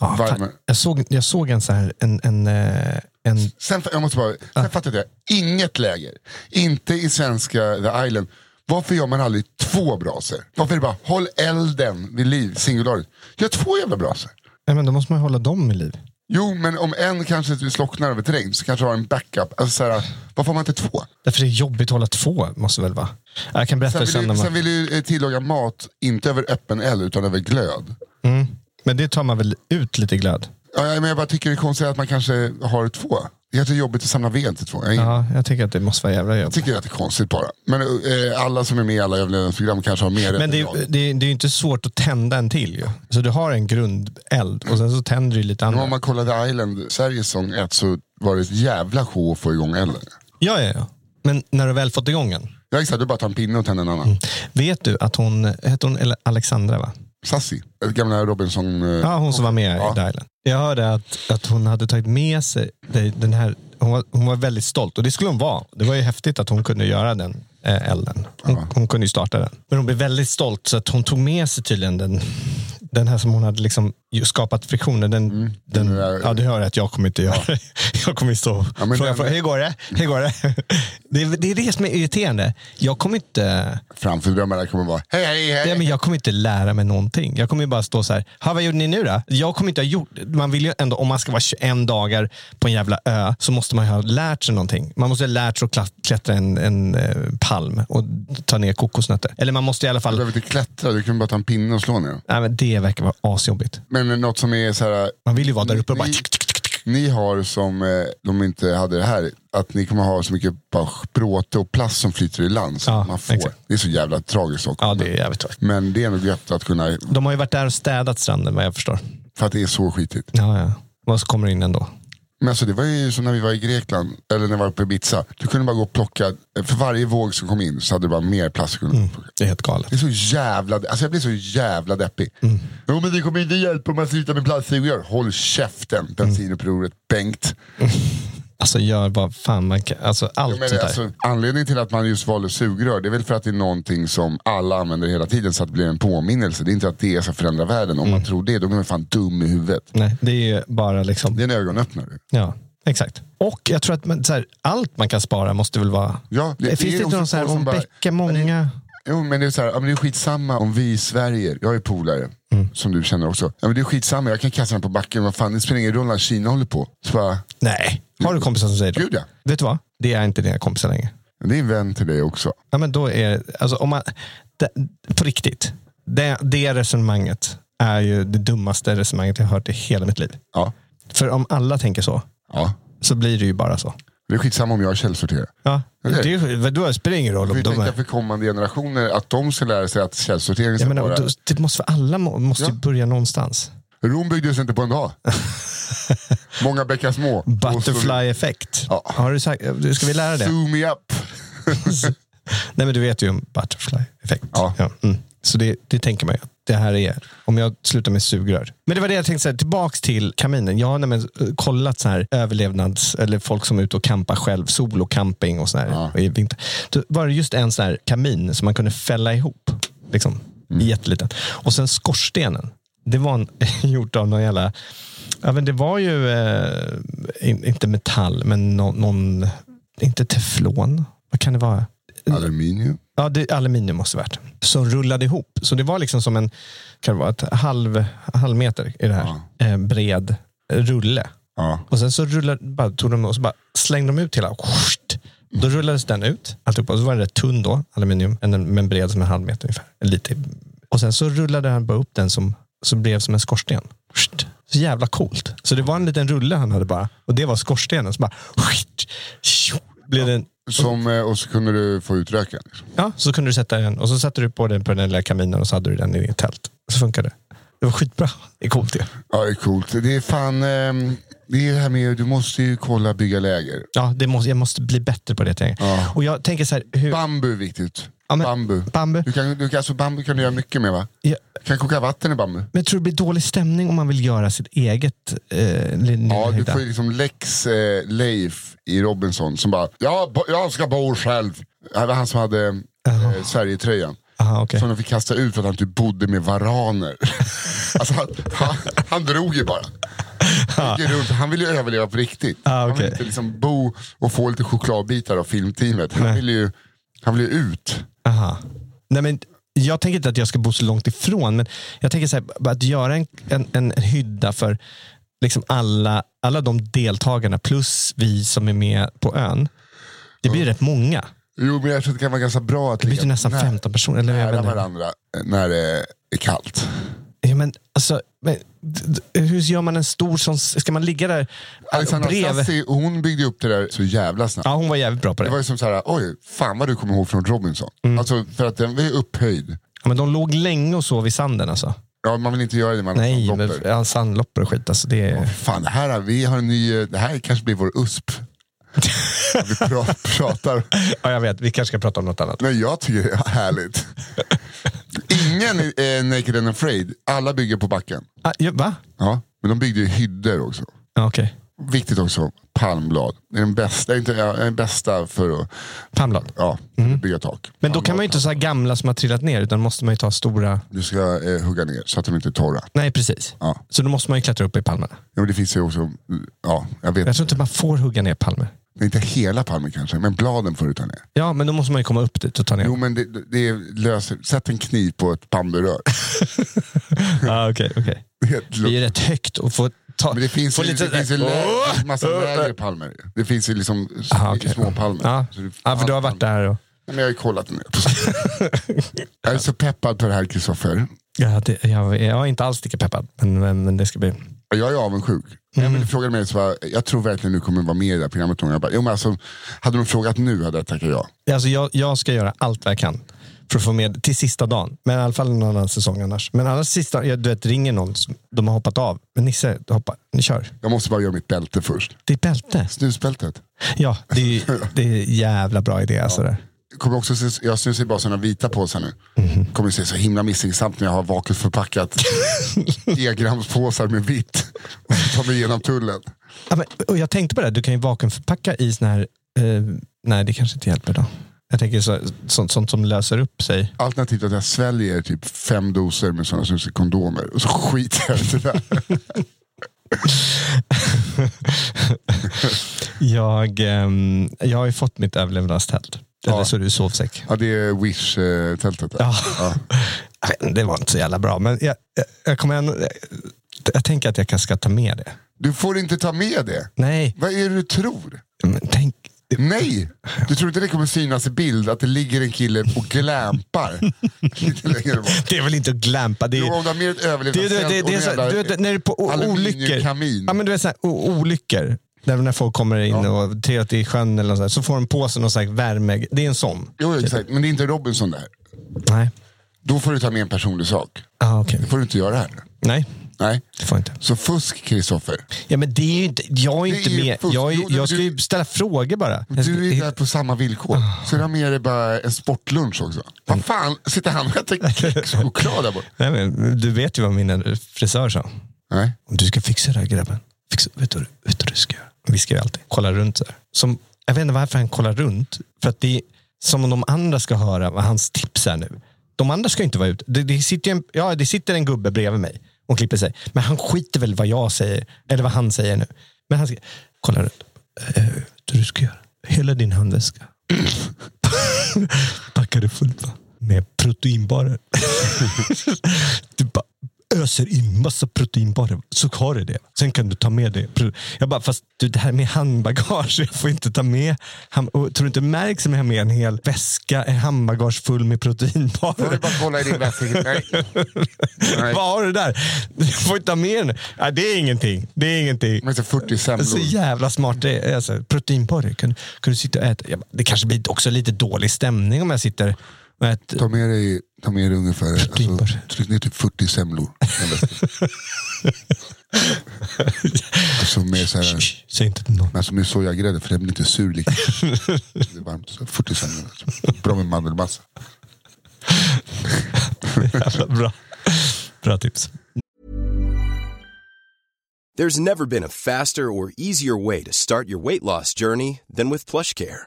Ja,
värmer.
fan, jag, såg, jag såg en så här, en, en, eh, en
Sen, fa- jag måste bara, sen fattar jag det. Inget läger. Inte i svenska The Island. Varför gör man aldrig två braser? Varför är det bara håll elden vid liv, singularit. Gör två jävla braser.
nej, men då måste man ju hålla dem i liv.
Jo, men om en kanske slocknar över terräng så kanske du har en backup. Alltså, så här, varför har man inte två?
Därför är det jobbigt att hålla två, måste väl vara. Jag kan berätta
Sen
sen,
vill,
när
ju,
man...
sen vill ju eh, tillaga mat, inte över öppen eld utan över glöd.
Mm. Men det tar man väl ut lite glöd?
Ja, ja, men jag bara tycker det är konstigt att man kanske har två. Det är jätte jobbigt att samla ved till två. Jag,
Ja, jag tycker att det måste vara jävla jobb.
tycker att det är konstigt bara. Men eh, alla som är med i alla överlevnadsprogram kanske har mer
Men
än
det,
jag.
är- det, är- det är ju inte svårt att tända en till ju. Så du har en grundeld och sen så tänder du lite
Men Om
andra.
man kollar The Island, Sveriges sång 1, så var det ett jävla show att få igång elden.
Ja, ja, ja. Men när du väl fått igång den.
Jag exakt, du bara tar en pinne och tänder en annan.
Mm. Vet du att hon, hette hon Ele- Alexandra va?
Sassi, eh, gamla Robinson. eh,
Ja, hon som var med
Ja.
i The Island. Jag hörde att, att hon hade tagit med sig dig- den här, hon var, hon var väldigt stolt och det skulle hon vara. Det var ju häftigt att hon kunde göra den eh, elden. Hon, hon kunde ju starta den. Men hon blev väldigt stolt så att hon tog med sig tydligen den, den här som hon hade liksom ju skapat friktionen. Den,
Mm.
den,
där-
ja, du hör att jag kommer inte göra det. Jag kommer ju stå och
men
fråga,
den-
fråga, hur går det? Hur går det? det, är, det är det som är irriterande. Jag kommer inte
Framför drömmarna kommer vara hej, hej, hej.
Nej, men jag kommer inte lära mig någonting. Jag kommer ju bara stå så här. Ha, vad gjorde ni nu då? Jag kommer inte ha gjort. Man vill ju ändå, om man ska vara 21 dagar på en jävla ö så måste man ju ha lärt sig någonting. Man måste ha lärt sig att kla- klättra en, en eh, palm och ta ner kokosnötter. Eller man måste i alla
Du
fall.
behöver inte klättra, du kan bara ta en pinne och slå ner.
Nej, men det verkar vara asjobbigt.
Men eh, något som är så här,
Man vill ju vara där uppe och bara.
Ni, ni har som eh, de inte hade det här, att ni kommer ha så mycket bara bråte och plast som flyter i land. Som
Ja,
man får.
exakt.
Det är så jävla tragiskt. också.
Ja, det är jävligt tråkigt.
Men det är nog gött att kunna,
De har ju varit där och städat stranden vad jag förstår.
för att det är så skitigt.
Ja, ja. Och så kommer det in ändå.
Men alltså, det var ju som när vi var i Grekland, eller när vi var på Ibiza. Du kunde bara gå och plocka, eh, för varje våg som kom in så hade du bara mer plast. att kunna plocka.
Det är helt galet.
Det är så jävla, alltså jag blir så jävla deppig.
Mm.
Jo men det kommer inte hjälpa om man slutar med plastsugrör. Håll
Mm.
käften bensinupproret Bengt.
Alltså gör vad fan man kan. Alltså allt
Men
sånt där.
alltså, anledningen till att man just valde sugrör, det är väl för att det är någonting som alla använder hela tiden så att det blir en påminnelse. Det är inte att det ska förändra världen. Om
Mm.
man tror det, då blir man fan dum i huvudet.
Nej, det är ju bara liksom.
Det är en ögonöppnare.
Ja, exakt. Och jag tror att man, så här, allt man kan spara måste väl vara...
Ja, det-
det,
det
Finns
är
det inte
också
någon så här,
folk som
om
bara-
bäckar
Men det-
många...
Jo, men det är, så här, ja, men det är skitsamma om vi i Sverige, jag är polare,
Mm.
som du känner också. Ja, men det är skitsamma, jag kan kasta den på backen. Vad fan, det spelar ingen roll när Kina håller på. Så bara,
Nej. Har du kompisar som säger det?
Gud, ja.
Vet du vad? Det är inte dina kompisar längre.
det är en vän till dig också.
Ja, men då är, alltså, om man, det, på riktigt, det, det resonemanget är ju det dummaste resonemanget jag har hört i hela mitt liv.
Ja,
För om alla tänker så,
ja.
så blir det ju bara så.
Det är skitsamma om jag källsorterar.
Ja.
Okej.
Det, är- vadå, spelar ingen roll om
Vi
de
tänker
är...
för kommande generationer att de ska lära sig att källsortering
Jag
ska vara...
menar, då- det måste, för alla må- måste ju
Ja.
börja någonstans.
Rom byggdes inte på en dag. Många bäckar små.
Butterfly effekt.
Ja.
Har du sagt, ska vi lära det?
Zoom me up.
Nej men du vet ju om butterfly effekt.
Ja.
mm. Så det, det tänker man ju. att Det här är, om jag slutar med sugrör. Men det var det jag tänkte säga, tillbaks till kaminen. Jag har nämligen eh, kollat så här överlevnads, eller folk som är ute och campar själv, solocamping och sådär.
Ja.
Ja. I vinter. Då var det just en sån här kamin som man kunde fälla ihop. Liksom, Jätteliten. Och sen skorstenen. Det var en, gjort av någon jävla, ja men det var ju, eh, in, inte metall, men nå- någon, inte teflon. Vad kan det vara?
Aluminium.
Ja, det, aluminium måste det varit. Som rullade ihop. Så det var liksom som en kan det vara, ett halv, halv meter i det här. Eh, bred rulle.
Ja.
Och sen så rullade, bara, tog de och så bara slängde de ut hela. Skjt. Då rullades den ut. Alltihopa. Och så var den rätt tunn då, aluminium. En, men bred som en halv meter ungefär. Lite. Och sen så rullade han bara upp den som så blev som en skorsten. Skjt. Så jävla coolt. Så det var en liten rulle han hade bara. Och det var skorstenen. Så bara skjt, tjo, blev det en
Som, eh, och så kunde du få ut röken. Liksom.
Ja, så kunde du sätta den och så satte du på den på den där lilla kaminen och så hade du den i ditt tält. Så funkade det. Det var skitbra. Det är coolt ju.
Ja, det är coolt. Det är fan... ehm, Det är det här med, du måste ju kolla bygga läger.
Ja, det måste, jag måste bli bättre på det. tänker Jag. Och jag tänker så här, hur,
Bambu är viktigt.
Ja, men-
bambu.
bambu.
Du kan, du kan, alltså, bambu kan du göra mycket med va?
Ja.
Du kan koka vatten i bambu.
Men jag tror det blir dålig stämning om man vill göra sitt eget eh, lilla
Ja, du
hydda.
får ju liksom Lex eh, Leif i Robinson som bara, jag, bo- jag ska bo själv. Det var han som hade eh, Sverigetröjan.
Aha, okej.
Som de fick kasta ut för att han typ bodde med varaner. alltså, han, han, han drog ju bara. Han, gick runt, han ville ju överleva på riktigt.
Ah,
Han ville
okej.
inte liksom bo och få lite chokladbitar av filmteamet. Han
Nej.
ville ju han ville ju ut.
Aha. Nej, men jag tänker inte att jag ska bo så långt ifrån, men jag tänker så här, bara att göra en, en, en hydda för liksom alla, alla de deltagarna plus vi som är med på ön. Det blir rätt många.
Jo, men jag tror att det kan vara ganska bra att
Det blir
ligga
ju nästan
nä-
15 personer. Eller jag
nära
vet inte.
varandra eh, när det är kallt.
Ja, men, alltså, men, d- d- hur gör man en stor sån? Ska man ligga där äh,
Alexandra
bredvid?
Sassi, hon byggde upp det där så jävla snabbt.
Ja, hon var jävligt bra på det.
Det var ju som såhär, oj, fan vad du kommer ihåg från Robinson.
Mm.
Alltså för att den var ju upphöjd.
Ja, men de låg länge och sov i sanden alltså.
Ja, man vill inte göra det man
Nej,
man
men,
doppar.
ja, sandloppor och skit. Alltså, det är...
Fan, det här, vi har en ny, eh, det här kanske blir vår USP. vi pra- pratar.
ja, jag vet. Vi kanske ska prata om något annat.
Nej, jag tycker det är härligt. Ingen är Naked and Afraid. Alla bygger på backen.
Ah, ja, va?
Ja, men de byggde ju hyddor också.
Ja, Okej.
Viktigt också, palmblad. Det är den bästa, inte, ja, den bästa för att
Palmblad.
ja, bygga tak.
Mm. Men då kan man ju inte så här gamla som har trillat ner, utan måste man ju ta stora...
Du ska eh, hugga ner så att de inte är torra.
Nej, precis.
Ja.
Så då måste man ju klättra upp i palmerna.
Ja, men det finns ju också, ja, jag vet
Jag tror inte man får hugga ner palmer.
inte hela palmen kanske, men bladen får du ta ner.
Ja, men då måste man ju komma upp dit och ta ner.
Jo
dem.
men det, det löser, sätt en kniv på ett bamburör.
Ah, okej, okej.
Det är ett
Det är
lugnt.
ju rätt högt att få ta...
Men det finns
få
ju, det finns ju lä- det finns massa lägre palmer. Det finns ju liksom s-
Aha, okej.
små palmer.
Ja.
Så det-
ja, för du har varit där och...
Men jag har ju kollat den. jag är så peppad på det här Kristoffer.
Ja, det, jag, jag är inte alls lika peppad, men, men, men det ska bli...
Jag är avundsjuk. Mm. Men du frågade mig, så var, jag tror verkligen du kommer vara med i det här programmet. någon gång. Jag bara, jo, men alltså, hade de frågat nu hade jag tackat ja.
Alltså, jag, jag ska göra allt vad jag kan för att få med till sista dagen. Men i alla fall en annan säsong annars. Men annars sista, jag, du vet, ringer någon, som, de har hoppat av. Men Nisse, hoppa, ni kör.
Jag måste bara göra mitt bälte först.
Det är bälte.
Snusbältet.
Ja, det är, ju- det är jävla bra idé. Alltså, det.
kommer också se, jag snusar ju bara sådana vita påsar nu. Kommer se så himla misstänksamt när jag har vaket förpackat e-gramspåsar med vitt och så tar mig igenom tullen.
Ja, men, och jag tänkte på det, här, du kan ju vakuumförpacka i sån här... Eh, nej, det kanske inte hjälper då. Jag tänker så, sånt, sånt som löser upp sig.
Alternativt att jag sväljer typ fem doser med sådana snusiga kondomer och så skiter jag i det där.
Jag, ehm, jag har ju fått mitt överlevnadstält. Eller
Ja.
så är det ju sovsäck.
Ja, det är Wish-tältet. där.
Ja. Jag vet inte, Det var inte så jävla bra, men jag, jag, jag kommer ändå... Jag, jag tänker att jag kanske ska ta med det.
Du får inte ta med det.
Nej,
Vad är det du tror?
men tänk...
Nej! Du tror inte det kommer synas i bild att det ligger en kille och glampar lite längre bort?
Det är väl inte att glampa? Det är,
Jo, om du har mer ett
det, är- det, är- det, är- det, är så-
överlevnadscentrum och
du vet, när det är på o- olyckor.
aluminiumkamin.
Ja, men du vet, så här, o- olyckor. Där när folk kommer in och trillat i sjön eller något sånt, så får de på sig någon slags värme. Det är en sån.
Jo, exakt. Men det är inte Robinson där.
Nej.
Då får du ta med en personlig sak.
Ah, okej.
Det får du inte göra här.
Nej,
Nej.
det får jag inte.
Så fusk, Kristoffer.
Ja, men det är ju inte, jag är
Det
inte
är ju
med.
fusk.
Jag,
Jo,
är,
men
jag ska
du-
ju ställa frågor bara. Jag Ah. ska,
Du är där på samma villkor. Så du har med dig bara en sportlunch också. Vad fan, sitter han och äter kex och choklad där borta?
nej, men, du vet ju vad min frisör sa.
Nej.
Om du ska fixa det här grabben. Fixa, vet, du, vet du vad du ska göra? Vi ska ju alltid kolla runt. Så här. Som, jag vet inte varför han kollar runt. För att det är som om de andra ska höra vad hans tips är nu. De andra ska ju inte vara ute. Det, det, sitter ju en, ja, det sitter en gubbe bredvid mig och klipper sig. Men han skiter väl vad jag säger. Eller vad han säger nu. Men han ska, kolla runt. Eh, vet du vad du ska göra? Hela din handväska. Packar det fullt va? Med proteinbarer. du bara öser in massa proteinbarer. Så har du det. Sen kan du ta med det. Pro- Jag bara, fast du, det här med handbagage. Jag får inte ta med. Ham- och, tror du inte det märks om jag har med en hel väska, en handbagage full med
Får du
proteinbarer?
bara kolla i din väska? Nej. Nej.
Vad har du där? Du får inte ta med den. Nej, det är ingenting. Det är ingenting.
Men så 40
Så
semlor.
jävla smart det är. Alltså, proteinbarer, kan, kan du sitta och äta? Jag bara, det kanske blir också lite dålig stämning om jag sitter och äter.
Ta med dig, ta med dig ungefär, alltså,
Timpar.
tryck ner typ 40 semlor. alltså med, så här,
Shh, Säg inte till någon.
alltså med sojagrädde för den blir inte sur lika. Det är varmt. Så 40 semlor. Bra med mandelmassa.
Jävla bra. Bra tips.
There's never been a faster or easier way to start your weight loss journey than with PlushCare.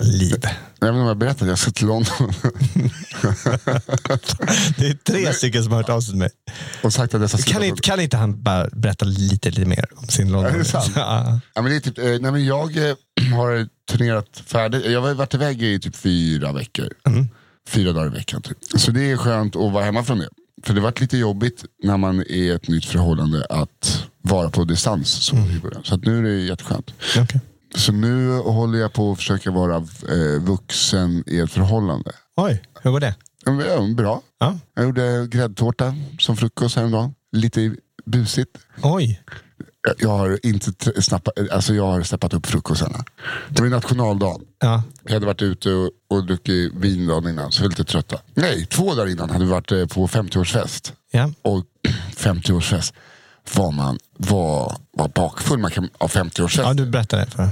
liv?
Jag vet inte om jag berättade, jag ska till London
Det är tre stycken som har hört av sig till mig.
och sagt att jag ska
Kan
sluta-
inte, kan inte han bara berätta lite, lite mer om sin London?
Är det sant?
Ja.
Ja, men det är typ, eh, nej, men jag eh, har turnerat färdigt. Jag har varit iväg i typ fyra veckor.
Mm.
Fyra dagar i veckan typ. Så det är skönt att vara hemma från det. För det varit lite jobbigt när man är i ett nytt förhållande att vara på distans. Så,
Mm.
i början. så att nu är det jätteskönt.
Okej.
Så nu håller jag på att försöka vara eh, vuxen i ett förhållande.
Oj, hur går det?
Ja, men, ja, Bra.
Ja.
Jag gjorde gräddtårta som frukost häromdagen. Lite busigt.
Oj,
Jag- Jag har inte tr- snappa, alltså jag har steppat upp frukostarna. Det var ju nationaldagen.
ja.
Jag hade varit ute och, och druckit vin dagen innan, så vi var lite trötta. Nej, två dagar innan hade vi varit eh, på 50-årsfest.
ja.
Och 50-årsfest var man var, var bakfull man kan, av 50-årsfest.
ja du berättade det för mig.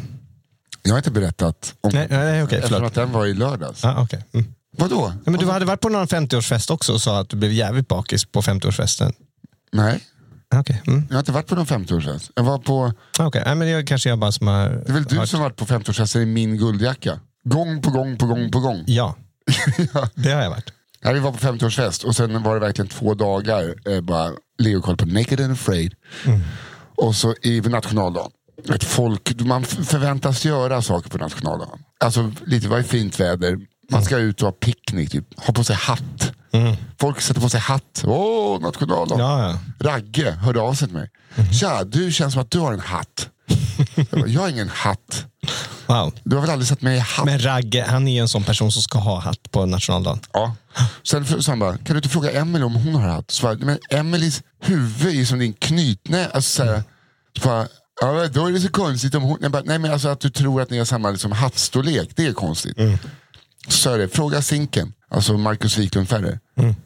Jag har inte berättat om
Nej, nej, okej,
eftersom
förlåt.
att den var i lördags.
Ja, okej. mm.
Vadå?
Ja, men du hade varit på någon 50-årsfest också och sa att du blev jävligt bakis på 50-årsfesten.
Nej,
Ja, Okej, okay. mm.
jag har inte varit på någon 50-årsfest. Jag var på,
Ja, okej. Nej, men det är kanske jag bara som har...
det är väl du
hört-
som har varit på 50-årsfesten i min guldjacka. Gång på gång på gång på gång.
Ja,
Ja.
det har jag varit.
Ja, vi var på 50-årsfest och sen var det verkligen två dagar eh, bara Leo kollade på Naked and Afraid.
Mm.
Och så är vi nationaldagen. Ett folk, man f- förväntas göra saker på nationaldagen. Alltså lite, vad är fint väder? Man ska ut och ha picknick, typ. ha på sig hatt. Folk sätter på sig hatt. Åh, nationaldagen.
Mm. Ja, ja.
Ragge hörde av sig till mig. Tja, du känns som att du har en hatt. jag, bara, jag har ingen hatt.
Wow.
Du har väl aldrig sett mig i hatt?
Men Ragge, han är ju en sån person som ska ha hatt på nationaldagen.
Ja. Sen f- sa han bara, kan du inte fråga Emelie om hon har hatt? Så bara, men Emelies huvud är som din knytnä. Alltså, så här, så bara, ja, men då är det så konstigt om hon... Jag bara, Nej men alltså att du tror att ni har samma liksom, hattstorlek, det är konstigt. Så sa jag det, fråga Zinken, alltså Marcus Wiklund Ferrer.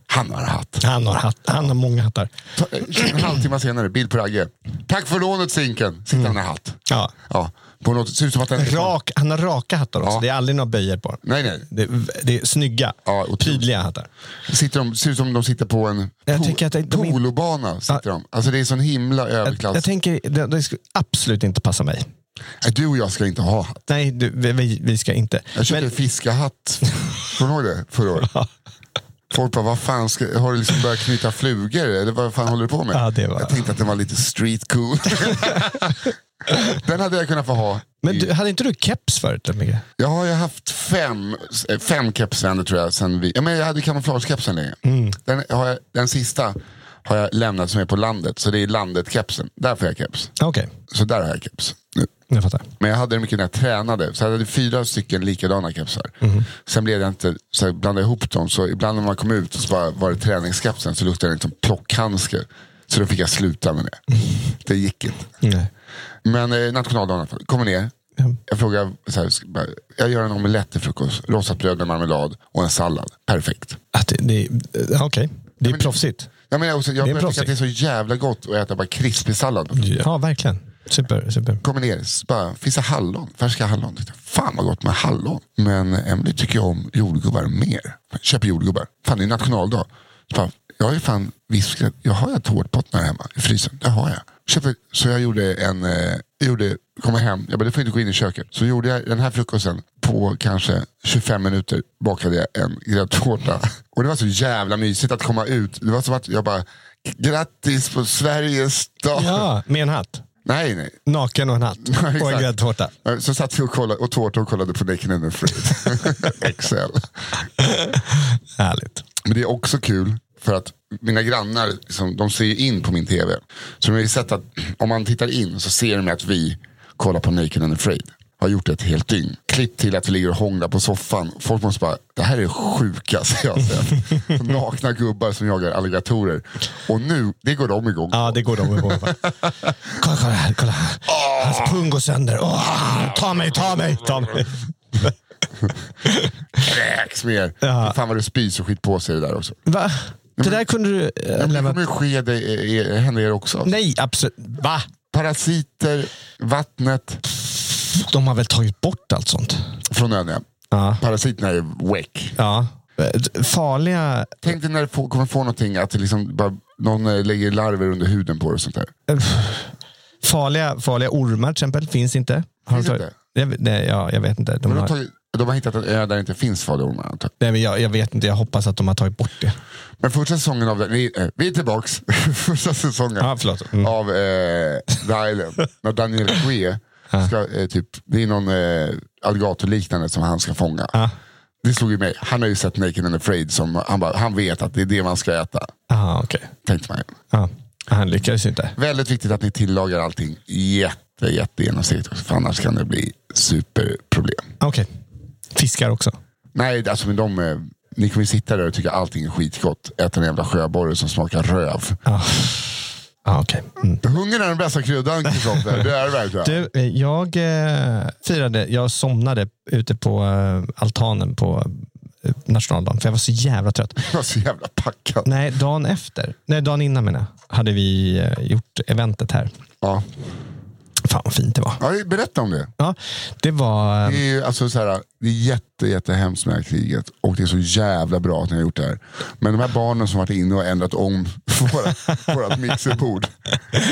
Han har hatt.
Han har, hatt, han har många hattar.
Ta, en halvtimme senare, bild på Ragge. Tack för lånet Zinken, sitter han i hatt.
Ja.
Ja, på något, ser ut som att liksom han...
Rak, han har raka hattar också.
Ja.
Det är aldrig några böjer på.
Nej, nej.
Det, det är snygga,
Ja, otroligt.
tydliga hattar.
Sitter de, ser ut som de sitter på en
Jag
pol-
tycker att de- de är-
polobana. Sitter de. Alltså det är sån himla
Jag,
överklass.
jag tänker, det, det skulle absolut inte passa mig.
Nej, du och jag ska inte ha hatt.
Nej, du, vi- vi, vi ska inte.
Jag köpte
Men-
en fiskahatt. Kommer du ihåg det? Förra året. Folk bara, vad fan, ska, har du liksom börjat knyta flugor? Eller vad fan håller du på med?
Ja, det var-
Jag tänkte att den var lite street cool. den hade jag kunnat få ha.
Men du, hade inte du keps förut? Micke?
Jag har ju haft fem, eh, fem kepsvänder tror jag. Sen vi, ja, men jag hade kamouflagekepsen länge. Den, har jag, den sista har jag lämnat som är på landet. Så det är landet-kepsen. Där får jag keps.
Okej,
Så där har jag keps nu.
jag fattar.
Men jag hade det mycket när jag tränade. Så jag hade fyra stycken likadana kepsar. Sen blev det inte, så jag blandade ihop dem. Så ibland när man kom ut så bara, var det träningskepsen så luktade den liksom plockhandske. Så då fick jag sluta med det. Det gick inte.
Nej.
Men eh, nationaldagen i alla fall. Kommer ner. Jag frågar, så här, ska- bara, jag gör en omelett till frukost. Rostat bröd med marmelad och en sallad. Perfekt.
Att det, det, eh, okej, det är proffsigt.
Ja, men jag också, jag
Det är
börjar
en
tycka
proffsig.
att det är så jävla gott att äta bara krispig sallad.
Ja, verkligen. Super, super.
kommer ner, s- bara, finns det hallon? Färska hallon? Tänkte, Fan vad gott med hallon. Men eh, Emily tycker jag om jordgubbar mer. Köper jordgubbar. Fan det är nationaldag. Så bara, jag har ju fan viskat, jag har ett tårtbottnar hemma i frysen. Det har jag. Köper, så jag gjorde en, eh, jag gjorde, kom hem, jag bara, det får inte gå in i köket. Så gjorde jag den här frukosten på kanske 25 minuter bakade jag en gräddtårta. Och det var så jävla mysigt att komma ut. Det var som att jag bara, grattis på Sveriges dag.
Ja, med en hatt.
Nej, nej.
Naken och en hatt.
exakt.
Och en gräddtårta.
Eh, Så satt vi och kollade, och tårta och kollade på Naked and Afraid. Excel.
Härligt.
Men det är också kul för att mina grannar liksom, de ser ju in på min tv. Så de har ju sett att om man tittar in så ser de att vi kollar på Naked and Afraid. Har gjort det ett helt dygn. Klipp till att vi ligger och hånglar på soffan. Folk måste bara, det här är det sjukaste jag har sett. Nakna gubbar som jagar alligatorer. Och nu, det går de igång.
Ja, det går de ihåg. va? Kolla, kolla här. Kolla här. Hans
Ah.
pung går sönder. Åh, ta mig, ta mig, ta mig.
Kräks med er.
Ja.
Fan vad du spys och skit på sig det där också.
Va? Det där kunde du... eh,
Ja, men det
lämna-
kommer ju ske dig- er- hända er också.
Nej, absolut. Va?
Parasiter, vattnet
De har väl tagit bort allt sånt?
från ön. ja.
Ja.
Parasiterna är weck.
ja. Eh, Farliga...
Tänk dig när du får, kommer få någonting, att det liksom bara, någon eh, lägger larver under huden på dig och sånt där.
eh, Farliga, farliga ormar till exempel finns inte. Har
Finns
de tagit-
inte?
Jag vet- Nej, ja, jag vet inte. De
De
har...
har, tagit, de har hittat en ö där det inte finns farliga ormar. antar jag.
Nej, men jag, jag vet inte. Jag hoppas att de har tagit bort det.
Men första säsongen av, vi, eh, vi är tillbaks, första säsongen
Ja, förlåt. Mm.
av eh, The Island. när Daniel Gue ska, eh, typ, det är någon eh, alligatorliknande som han ska fånga. Det slog ju mig, han har ju sett Naked and Afraid, som, han, bara, han vet att det är det man ska äta.
Ah, okej.
Tänkte man ju.
Ja, han lyckades inte.
Väldigt viktigt att ni tillagar allting jätte, jätte genomsnittligt också, för annars kan det bli superproblem.
Okej. Fiskar också.
Nej, alltså med de, eh, ni kommer ju sitta där och tycka allting är skitgott. Äta en jävla sjöborre som smakar röv.
Ja, ah, okej. Mm. Hunger
Hungern är den bästa kryddan, Kristoffer. Det är det verkligen.
Du, eh, jag eh, firade, jag somnade ute på eh, altanen på eh, nationaldagen, för jag var så jävla trött.
Jag var så jävla packad.
Nej, dagen efter, nej dagen innan menar jag, hade vi eh, gjort eventet här.
Ja.
Fan vad fint det var.
Ja, berätta om det.
Ja, det var...
Det
eh,
är, ju, alltså, så här, det är jätte, jättehemskt med det här kriget och det är så jävla bra att ni har gjort det här. Men de här barnen som varit inne och ändrat om våra, vårat mixerbord.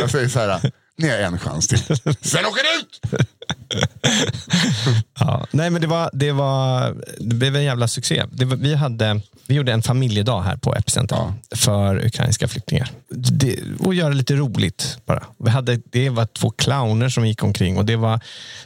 Jag säger så här, ni har en chans till. Sen åker ni ut!
ja. Nej, men det, var, det, var, det blev en jävla succé. Det var, vi, hade, vi gjorde en familjedag här på Epicenter för ukrainska flyktingar. Det, och göra lite roligt bara. Vi hade, det var två clowner som gick omkring och det var,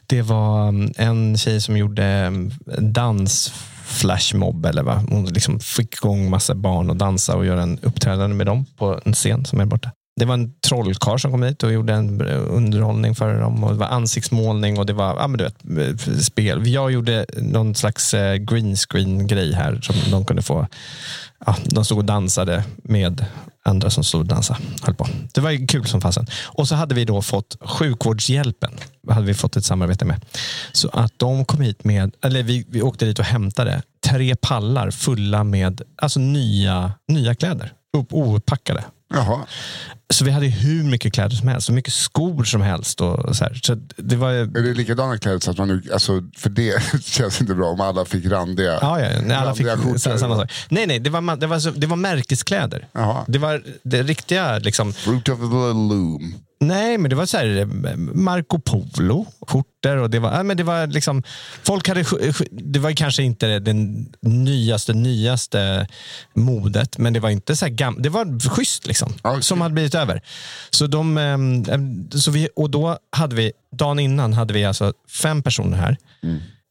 det var mm, en tjej som gjorde mm, dans flashmob eller vad. Hon liksom fick igång massa barn och dansa och göra en uppträdande med dem på en scen som är borta. Det var en trollkarl som kom hit och gjorde en eh, underhållning för dem. Och det var ansiktsmålning och det var ja, men du vet, eh, spel. Jag gjorde någon slags eh, green screen grej här som de kunde få. Ja, de stod och dansade med andra som stod och dansade. Höll på. Det var ju kul som fasen. Och så hade vi då fått sjukvårdshjälpen. Hade vi fått ett samarbete med. Så att de kom hit med, eller vi, vi åkte dit och hämtade tre pallar fulla med alltså nya, nya kläder. Upp, opackade.
Jaha.
Så vi hade ju hur mycket kläder som helst, så mycket skor som helst. Och så här. Så det var ju...
Är det likadana kläder? Så att man nu, alltså, för det känns inte bra om alla fick randiga.
Ja, ja, nej, alla fick
randiga skjortor.
sa- samma sak. Nej, nej, det var, ma- det var, så- det var märkeskläder.
Jaha.
Det var det riktiga, liksom,
Fruit of the loom.
nej, men det var så här, eh, Marco Polo, skjortor och det var, nej, men det var liksom, folk hade, sj- sj- det var kanske inte det nyaste, nyaste modet, men det var inte så här gam, det var schysst liksom,
Ja,
som hade blivit över. Så de, ehm, ehm, så vi, och då hade vi, dagen innan hade vi alltså fem personer här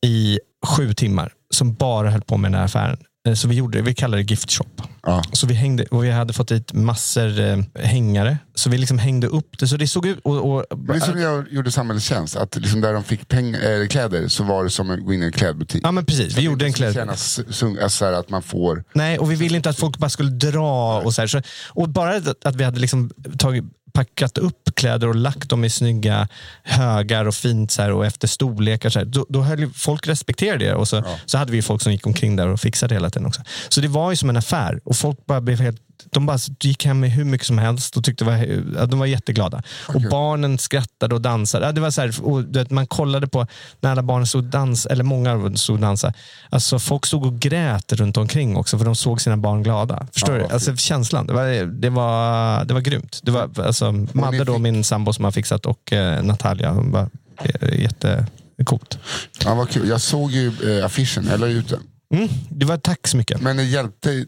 i sju timmar som bara höll på med den här affären. Eh, Så vi gjorde vi kallade det gift shop.
Ja.
Så vi hängde och vi hade fått dit massor eh, hängare. Så vi liksom hängde upp det. Så det såg ut och, och
Men det är som jag gjorde samhällstjänst, att liksom där de fick peng- eh, kläder så var det som att gå in i en klädbutik.
Ja men precis, vi gjorde
liksom
en kläd...
Kännas, sung- alltså, så här, att man får
Nej, och vi ville inte att folk bara skulle dra och så här. Så, och bara att att vi hade liksom tagit, packat upp kläder och lagt dem i snygga högar och fint så här, och efter storlekar. Så här, då, då höll ju, folk respekterade det och så, så hade vi ju folk som gick omkring där och fixade hela tiden också. Så det var ju som en affär och folk bara blev helt de bara gick hem med hur mycket som helst och tyckte det var, att de var jätteglada. Och barnen skrattade och dansade. Ja, det var så här, och, du vet, man kollade på när alla barnen stod och dans, eller många av dem stod och dansade. Alltså, folk stod och grät runt omkring också för de såg sina barn glada. Förstår
Ja,
du?
vad
Alltså, känslan. Det var, det var, det var grymt. Det var, alltså, Madde, då,
fick-
min sambo som har fixat, och eh, Natalia. Hon var eh, jättecoolt.
Ja, vad kul. Jag såg ju eh, affischen, jag la ju ut den.
Mm, det var tack så mycket.
Men det hjälpte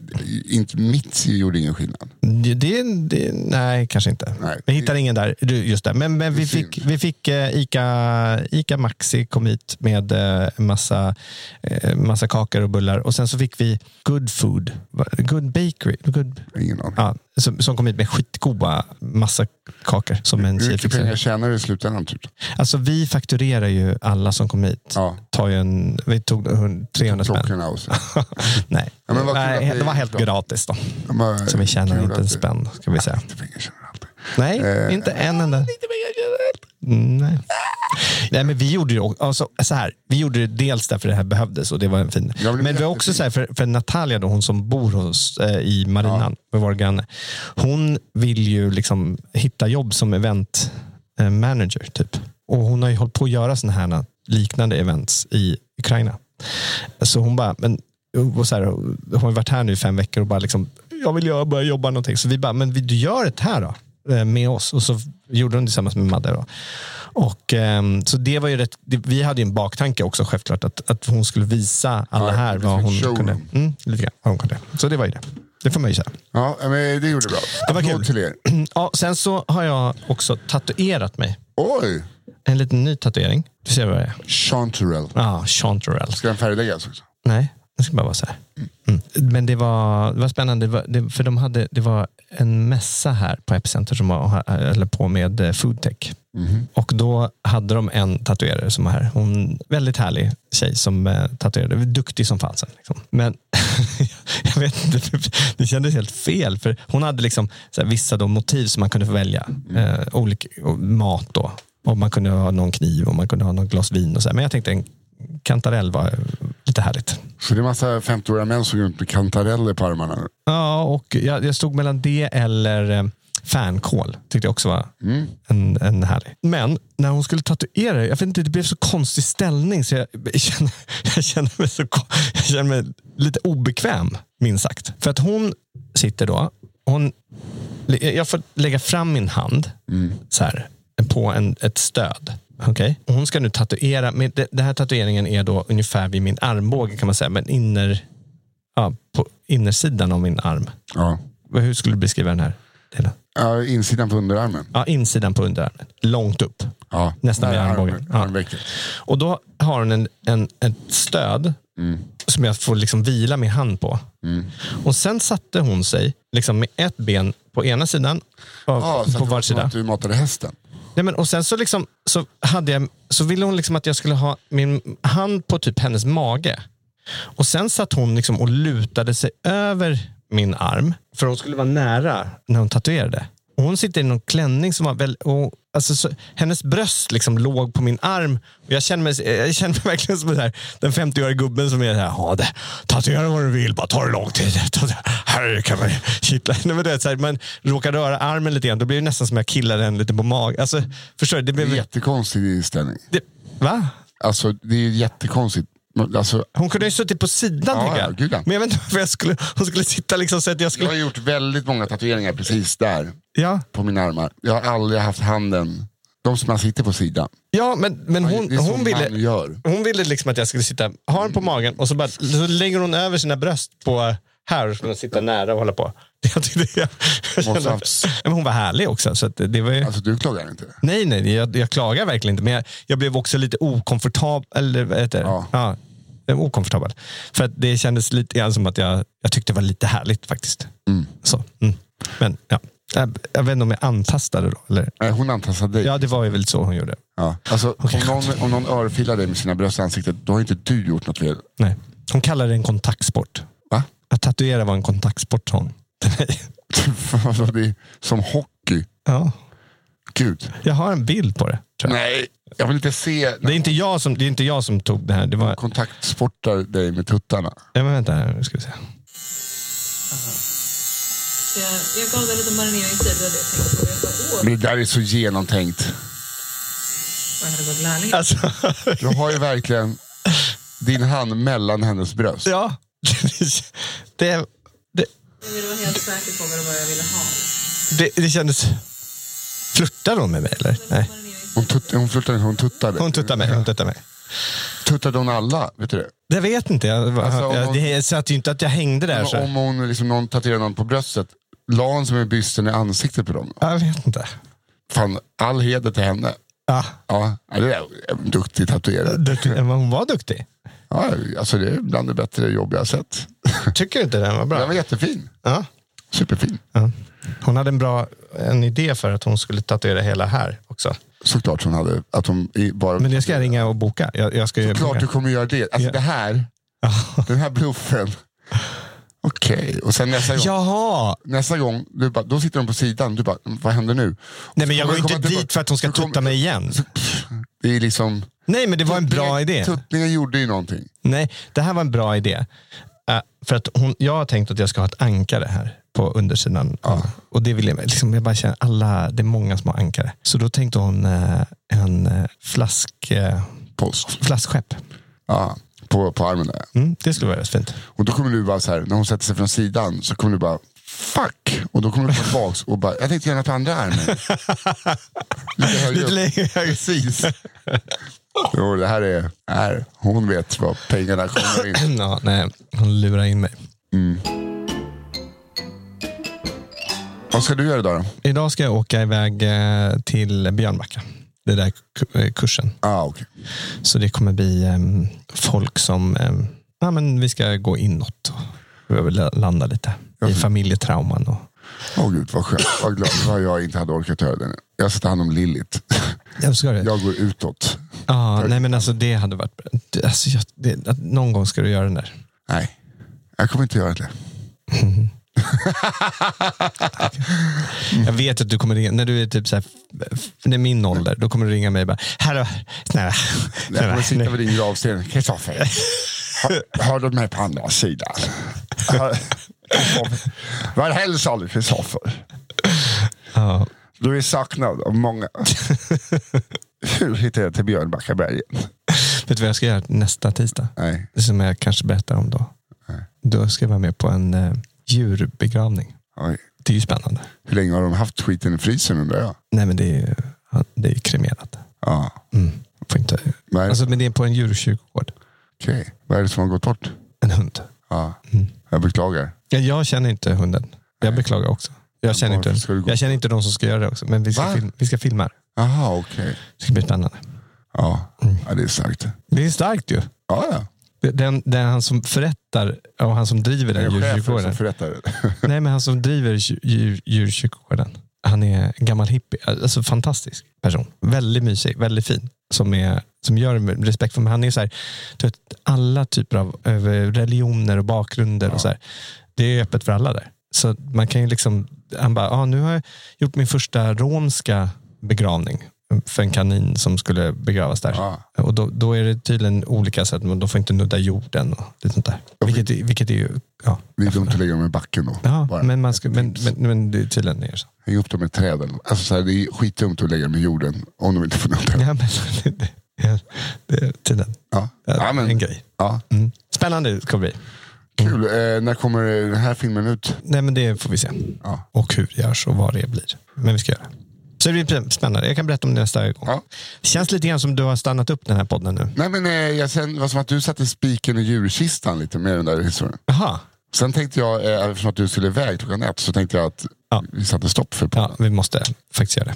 inte, mitt gjorde ingen skillnad.
Det, det, det, nej, kanske inte.
Nej.
Vi hittade ingen där. du- Just där. Men, men
Det är
vi fick,
synd.
vi fick eh, Ica, Ica Maxi kom hit med eh, massa, eh, massa kakor och bullar. Och sen så fick vi Good Food, Va- Good Bakery, good,
Ingen aning.
ja, som, som kom hit med skitgoda massa kakor som en
Hur
tjej
mycket pengar
fixade.
tjänar du i slutändan? Typ?
Alltså vi fakturerar ju alla som kom hit.
Ja.
Tar ju en, vi tog 300 spänn.
Klockorna och så.
nej,
Ja, men vad kul
nej
att
det var
vi-
helt gratis då.
De har-
Så vi tjänar
kul
inte en
att-
spänn, ska vi säga.
Lite pengar tjänar alltid.
Nej,
Eh,
inte en enda. Nej. Nej, men vi gjorde ju också, alltså, så här, vi gjorde det dels därför det här behövdes och det var en fin.
Ja, men det
men det var
är
också så här, för, för Natalia, då, hon som bor hos, eh, i Marinan, med vår granne, hon vill ju liksom hitta jobb som event eh, manager. Typ. Och hon har ju hållit på att göra sådana här liknande events i Ukraina. Så hon bara, men, och så här, hon har ju varit här nu i fem veckor och bara liksom, jag vill göra, börja jobba någonting. Så vi bara, men vi- du gör det här då eh, med oss. Och så gjorde hon det tillsammans med Madde. Då. Och, ehm, så det var ju rätt, det, vi hade ju en baktanke också självklart, att, att hon skulle visa alla
Ja,
här vad
en
hon
showroom.
kunde. Mm, lite grann, vad hon kunde. Så det var ju det. Det får man ju säga.
Ja, men det gjorde bra.
Det var
Applåd
kul.
till er.
Ja, sen så har jag också tatuerat mig.
Oj!
En liten ny tatuering. Du ser vad det är?
Chanterelle.
Ja, ah, Chanterelle.
Ska den färgläggas också?
Nej, det ska bara vara så här. Mm. Men det var, det var spännande, det var, det, för de hade, det var en mässa här på Epicenter som var, höll på med eh, foodtech. Och då hade de en tatuerare som var här. Hon väldigt härlig tjej som eh, tatuerade. Duktig som fanns. Liksom. Men jag vet inte, det kändes helt fel. För hon hade liksom så här, vissa då motiv som man kunde få välja. Eh, olika, och mat då. Och man kunde ha någon kniv och man kunde ha något glas vin. Och så här. Men jag tänkte en kantarell var eh, lite härligt.
Så det är massa 50-åriga män som går runt med kantareller på armarna nu.
Ja, och jag, jag stod mellan det eller eh, fänkål. Tyckte jag också var en, en härlig. Men när hon skulle tatuera det, jag vet inte, det blev så konstig ställning så jag, jag, känner, jag, känner, mig så, ko- jag känner mig lite obekväm, minst sagt. För att hon sitter då, hon, jag får lägga fram min hand så här, på en, ett stöd. Okej. Och Hon ska nu tatuera, men det, den här tatueringen är då ungefär vid min armbåge kan man säga, men inner, ja, på innersidan av min arm.
Ja.
Hur skulle du beskriva den här delen?
Ja, insidan på underarmen.
Ja, insidan på underarmen, långt upp.
Ja.
Nästan
Där
vid
är armen-
armbågen. Ja.
armvecket.
Och då har hon en, en, ett stöd som jag får liksom vila min hand på. Och sen satte hon sig liksom med ett ben på ena sidan, av,
Ja, så att det
på
var
var
som
sida.
att Du matade hästen.
Nej, men, och sen så, liksom, så, hade jag, så ville hon liksom att jag skulle ha min hand på typ hennes mage. Och sen satt hon liksom och lutade sig över min arm. För hon skulle vara nära när hon tatuerade. Och hon sitter i någon klänning som var väl, och, alltså, så, Hennes bröst liksom låg på min arm. Och jag kände mig, jag kände mig verkligen som den här, den 50-åriga gubben som är så här, "Ja, det, tatuera vad du vill, bara ta det lång tid. Ta det- Här kan man kittla. Nej, men det är så här, man råkar röra armen lite grann, då blir det nästan som jag killar den lite på magen. Alltså, förstår du? Det
Det är en
blev,
jättekonstig ställning.
det, va?
Alltså, det är jättekonstigt. Men, Alltså,
Hon kunde ju suttit på sidan,
Ja,
tänker
ja, gud, ja.
jag. Men jag vet inte varför jag skulle, hon skulle sitta liksom så att jag
jag har
skulle...
gjort väldigt många tatueringar precis där.
Ja,
På mina armar. Jag har aldrig haft handen. De som man sitter på sidan.
ja men, men
det
hon,
är så
hon ville...
man gör.
Hon ville liksom att jag skulle sitta, ha den på magen och så, bara, så lägger hon över sina bröst på här och skulle sitta nära och hålla på. Jag tyckte jag, jag kände,
haft-
Nej, men hon var härlig också. Så att det, det var ju,
Alltså du klagar inte.
nej, nej, jag, jag klagar verkligen inte. Men jag, jag blev också lite okomfortabel. Eller, vad heter det?
Ja.
Ja, eh, okomfortabel. För att det kändes lite grann som att jag, jag tyckte det var lite härligt faktiskt. Så, mm. Men ja, jag, jag vet inte om jag antastade då. Eller?
Nej, hon antastar dig.
Ja, det var ju väl så hon gjorde.
Ja. Alltså,
Okej.
om, någon, om någon örfilar dig med sina bröst i ansiktet, då har inte du gjort något fel.
Nej. Hon kallade det en kontaktsport.
Va?
Att tatuera var en kontaktsport sa hon till mig.
Alltså, det är som hockey.
Ja.
Gud.
Jag har en bild på det. Tror jag.
Nej, jag vill inte se.
Det, är inte jag som, det är inte jag som tog det här. Det var...
Kontaktsportar dig med tuttarna.
Ja, men vänta här, nu ska vi se.
Så jag, jag gav det lite marineringstid. och Jag tänkte på det. Jag sa, åh,
Men det där är så genomtänkt.
vad jag hade gått lärling.
Alltså,
Du har ju verkligen din hand mellan hennes bröst.
ja. Det, det,
Jag ville vara helt säker på vad det var jag ville ha.
det, det kändes... Flörtade hon med mig eller? Nej.
Hon, tut, hon flörtade, hon tuttade.
Hon tuttade mig. Hon tuttade mig.
Tuttade hon alla? Vet du det?
Jag vet inte. Jag,
Alltså, om
jag,
hon-
det, jag satt ju inte att jag hängde där. Så.
Om hon liksom, någon tatuerade någon på bröstet, la hon sig med bysten i ansiktet på dem?
Jag vet inte.
Fan, all heder till henne.
Ja,
Ja, ja, det där är en duktig tatuerare.
duktig. Men Hon var duktig.
Ja, alltså det är bland det bättre jobb jag har sett.
Tycker du inte den var
Den
bra?
var jättefin.
Ja.
Superfin,
Ja. Hon hade en bra en idé för att hon skulle tatuera hela här också.
såklart hon hade. Att hon i- bara...
Men det ska jag ringa och boka. Jag, jag ska ju
Klart du
boka.
kommer göra det. Alltså
Ja.
det här, den här bluffen. Okej, och sen nästa gång.
Jaha!
Nästa gång, du bara, då sitter de på sidan. Du bara, "Mm, vad händer nu?
Nej, men jag
Kommer
går
det
inte
komma tillbaka?
dit för att hon ska
Du kommer-
tutta mig igen.
Det är liksom...
Nej, men det var en bra
Tuttningen-
idé.
Tuttningen gjorde ju någonting.
Nej, det här var en bra idé. Eh, för att hon, jag har tänkt att jag ska ha ett ankare här på undersidan. Och det vill jag, liksom, jag bara känner alla, det är många som har ankare. Så då tänkte hon eh, en eh, flask, eh,
Post.
flaskskepp.
Ja, på, på armen där.
Mm, det skulle vara rätt fint.
Och då kommer du bara så här, när hon sätter sig från sidan så kommer du bara, fuck. Och då kommer du tillbaks och bara, jag tänkte göra något på andra armen. Lite högre
Lite
upp.
längre.
Precis. Jo, det här är, här, hon vet vad pengarna kommer in.
ja, nej, hon lurar in mig.
Vad ska du göra idag då?
Idag ska jag åka iväg eh, till Björnbacka. Det där ku- eh, kursen.
Ah, okay.
Så det kommer bli em, folk som... em, ja, men vi ska gå inåt och vi vill landa lite i familjetrauman. Och,
Åh gud vad skönt. Vad glad vad jag inte hade orkat höra den. Jag ska ta hand om Lillit.
ja, ska det?
Jag går utåt.
Ja, nej, men alltså det hade varit... det- Alltså, jag, det, att någon gång ska du göra den där.
Nej, jag kommer inte göra det. Mm.
Jag vet att du kommer ringa, när du är typ så här, f- när min ålder, då kommer du ringa mig och bara, hallå, snälla.
Jag kommer
snälla,
sitta vid din gravsten. Kristoffer, har, har du mig på andra sidan? Har- Kristoffer, Var hälsar du Kristoffer?
Ja.
Du är saknad av många. Hur hittar jag till Björnbackabergen?
Vet du vad jag ska göra nästa tisdag?
Nej.
Som jag kanske berättar om då. Då ska jag vara med på en eh, djurbegravning.
Oj.
Det är ju spännande.
Hur länge har de haft skiten i frysen undrar jag?
Nej men det är ju, ja, det är ju kremerat.
Ja.
Mm.
Nej,
Alltså, men det är på en djurkyrkogård.
okej. Vad är det som har gått bort?
En hund.
Ja.
Mm.
Jag beklagar.
Ja, Jag känner inte hunden. Jag beklagar också. Jag känner, inte,
varför ska du gå
jag känner inte de som ska göra det också. Men vi ska,
Va?
film, vi ska filma det.
Jaha, okej.
Det ska bli spännande.
Ja.
Mm.
ja, det är starkt.
Det är starkt ju.
Ja, ja.
Den, den han som förrättar och han som driver
Det
den
är liksom. chefen
djurkyrkogården.
som förrättar.
Nej, men han som driver djur- djur- djurkyrkogården. Han är en gammal hippie. Alltså fantastisk person. Väldigt mysig, väldigt fin. Som, är, som gör det med respekt för mig. Han är så här, du vet, alla typer av eh, religioner och bakgrunder. och så här. Det är öppet för alla där. Så man kan ju liksom, han bara, ah, nu har jag gjort min första romska begravning för en kanin som skulle begravas där.
Ja.
Och då, då är det tydligen olika sätt, men de får inte nudda jorden och lite sånt där. Vilket, vilket är ju, ja,
Det är dumt att lägga dem i backen då.
Ja,
Bara.
men, man ska, men, men, men det är tydligen är det så.
Häng upp dem i träden. Alltså, så här, det är skitdumt att lägga dem i jorden om de inte får något. Ja.
Ja, men, det, det, det är tydligen
Ja.
ja,
men-
en grej.
Ja.
Mm. Spännande det ska bli.
Kul. Eh, när kommer den här filmen ut?
Nej, men det får vi se.
Ja.
Och hur det görs och vad det blir. Men vi ska göra det. Så det blir spännande. Jag kan berätta om det nästa gång.
Ja.
Det känns lite grann som du har stannat upp den här podden nu.
Nej, men, eh, jag sen, det var som att du satte spiken i djurkistan lite med den där historien.
Jaha,
Sen tänkte jag, eh, eftersom att du skulle iväg klockan ett, så tänkte jag att
Ja.
vi satte stopp för podden.
ja, vi måste faktiskt göra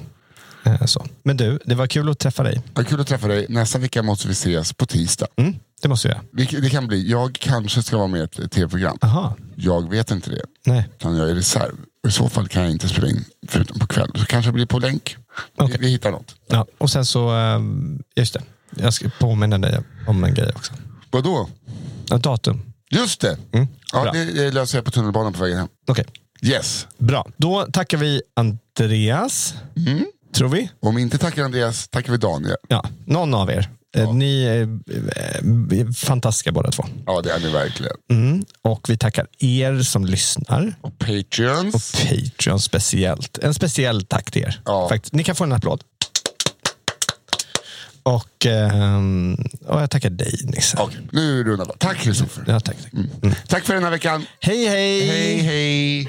det. Eh, Så. Men du, det var kul att träffa dig.
Ja, kul att träffa dig. Nästa vecka måste vi ses på tisdag.
Mm, det måste vi göra.
Det, det kan bli, jag kanske ska vara med i ett tv-program.
Aha,
Jag vet inte det.
nej.
Utan jag är reserv. I så fall kan jag inte spela in förutom på kväll. Så kanske det blir på länk.
Okej.
Vi, vi hittar något.
Ja, och sen så, eh, just det. Jag ska påminna dig om en grej också.
Vadå?
Ja, datum.
Just det!
Mm. bra.
ja, det, det löser jag på tunnelbanan på vägen hem.
Okej.
Yes.
Bra, då tackar vi Andreas.
Mm.
Tror vi.
Om inte tackar Andreas, tackar vi Daniel.
Ja, någon av er. Eh, Ni är eh, eh, fantastiska båda två.
Ja, det är ni verkligen.
Mm. Och vi tackar er som lyssnar.
Och Patreons.
Patreon speciellt. En speciell tack till er.
Ja.
Fakt- Ni kan få en applåd. Och, ehm, och jag tackar dig Nisse.
Okej, nu rundar vi. Tack Kristoffer.
Ja, tack, tack.
Tack för den här veckan.
Hej, hej!
Hej, hej.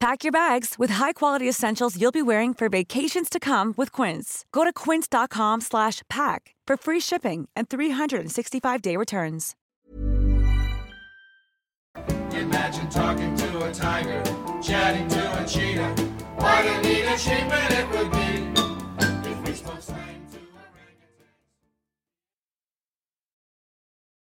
Pack your bags with high-quality essentials you'll be wearing for vacations to come with Quince. Go to quince.com/pack slash pack for free shipping and 365-day returns.
Imagine talking to a tiger, chatting to a cheetah. What a neat achievement it would be!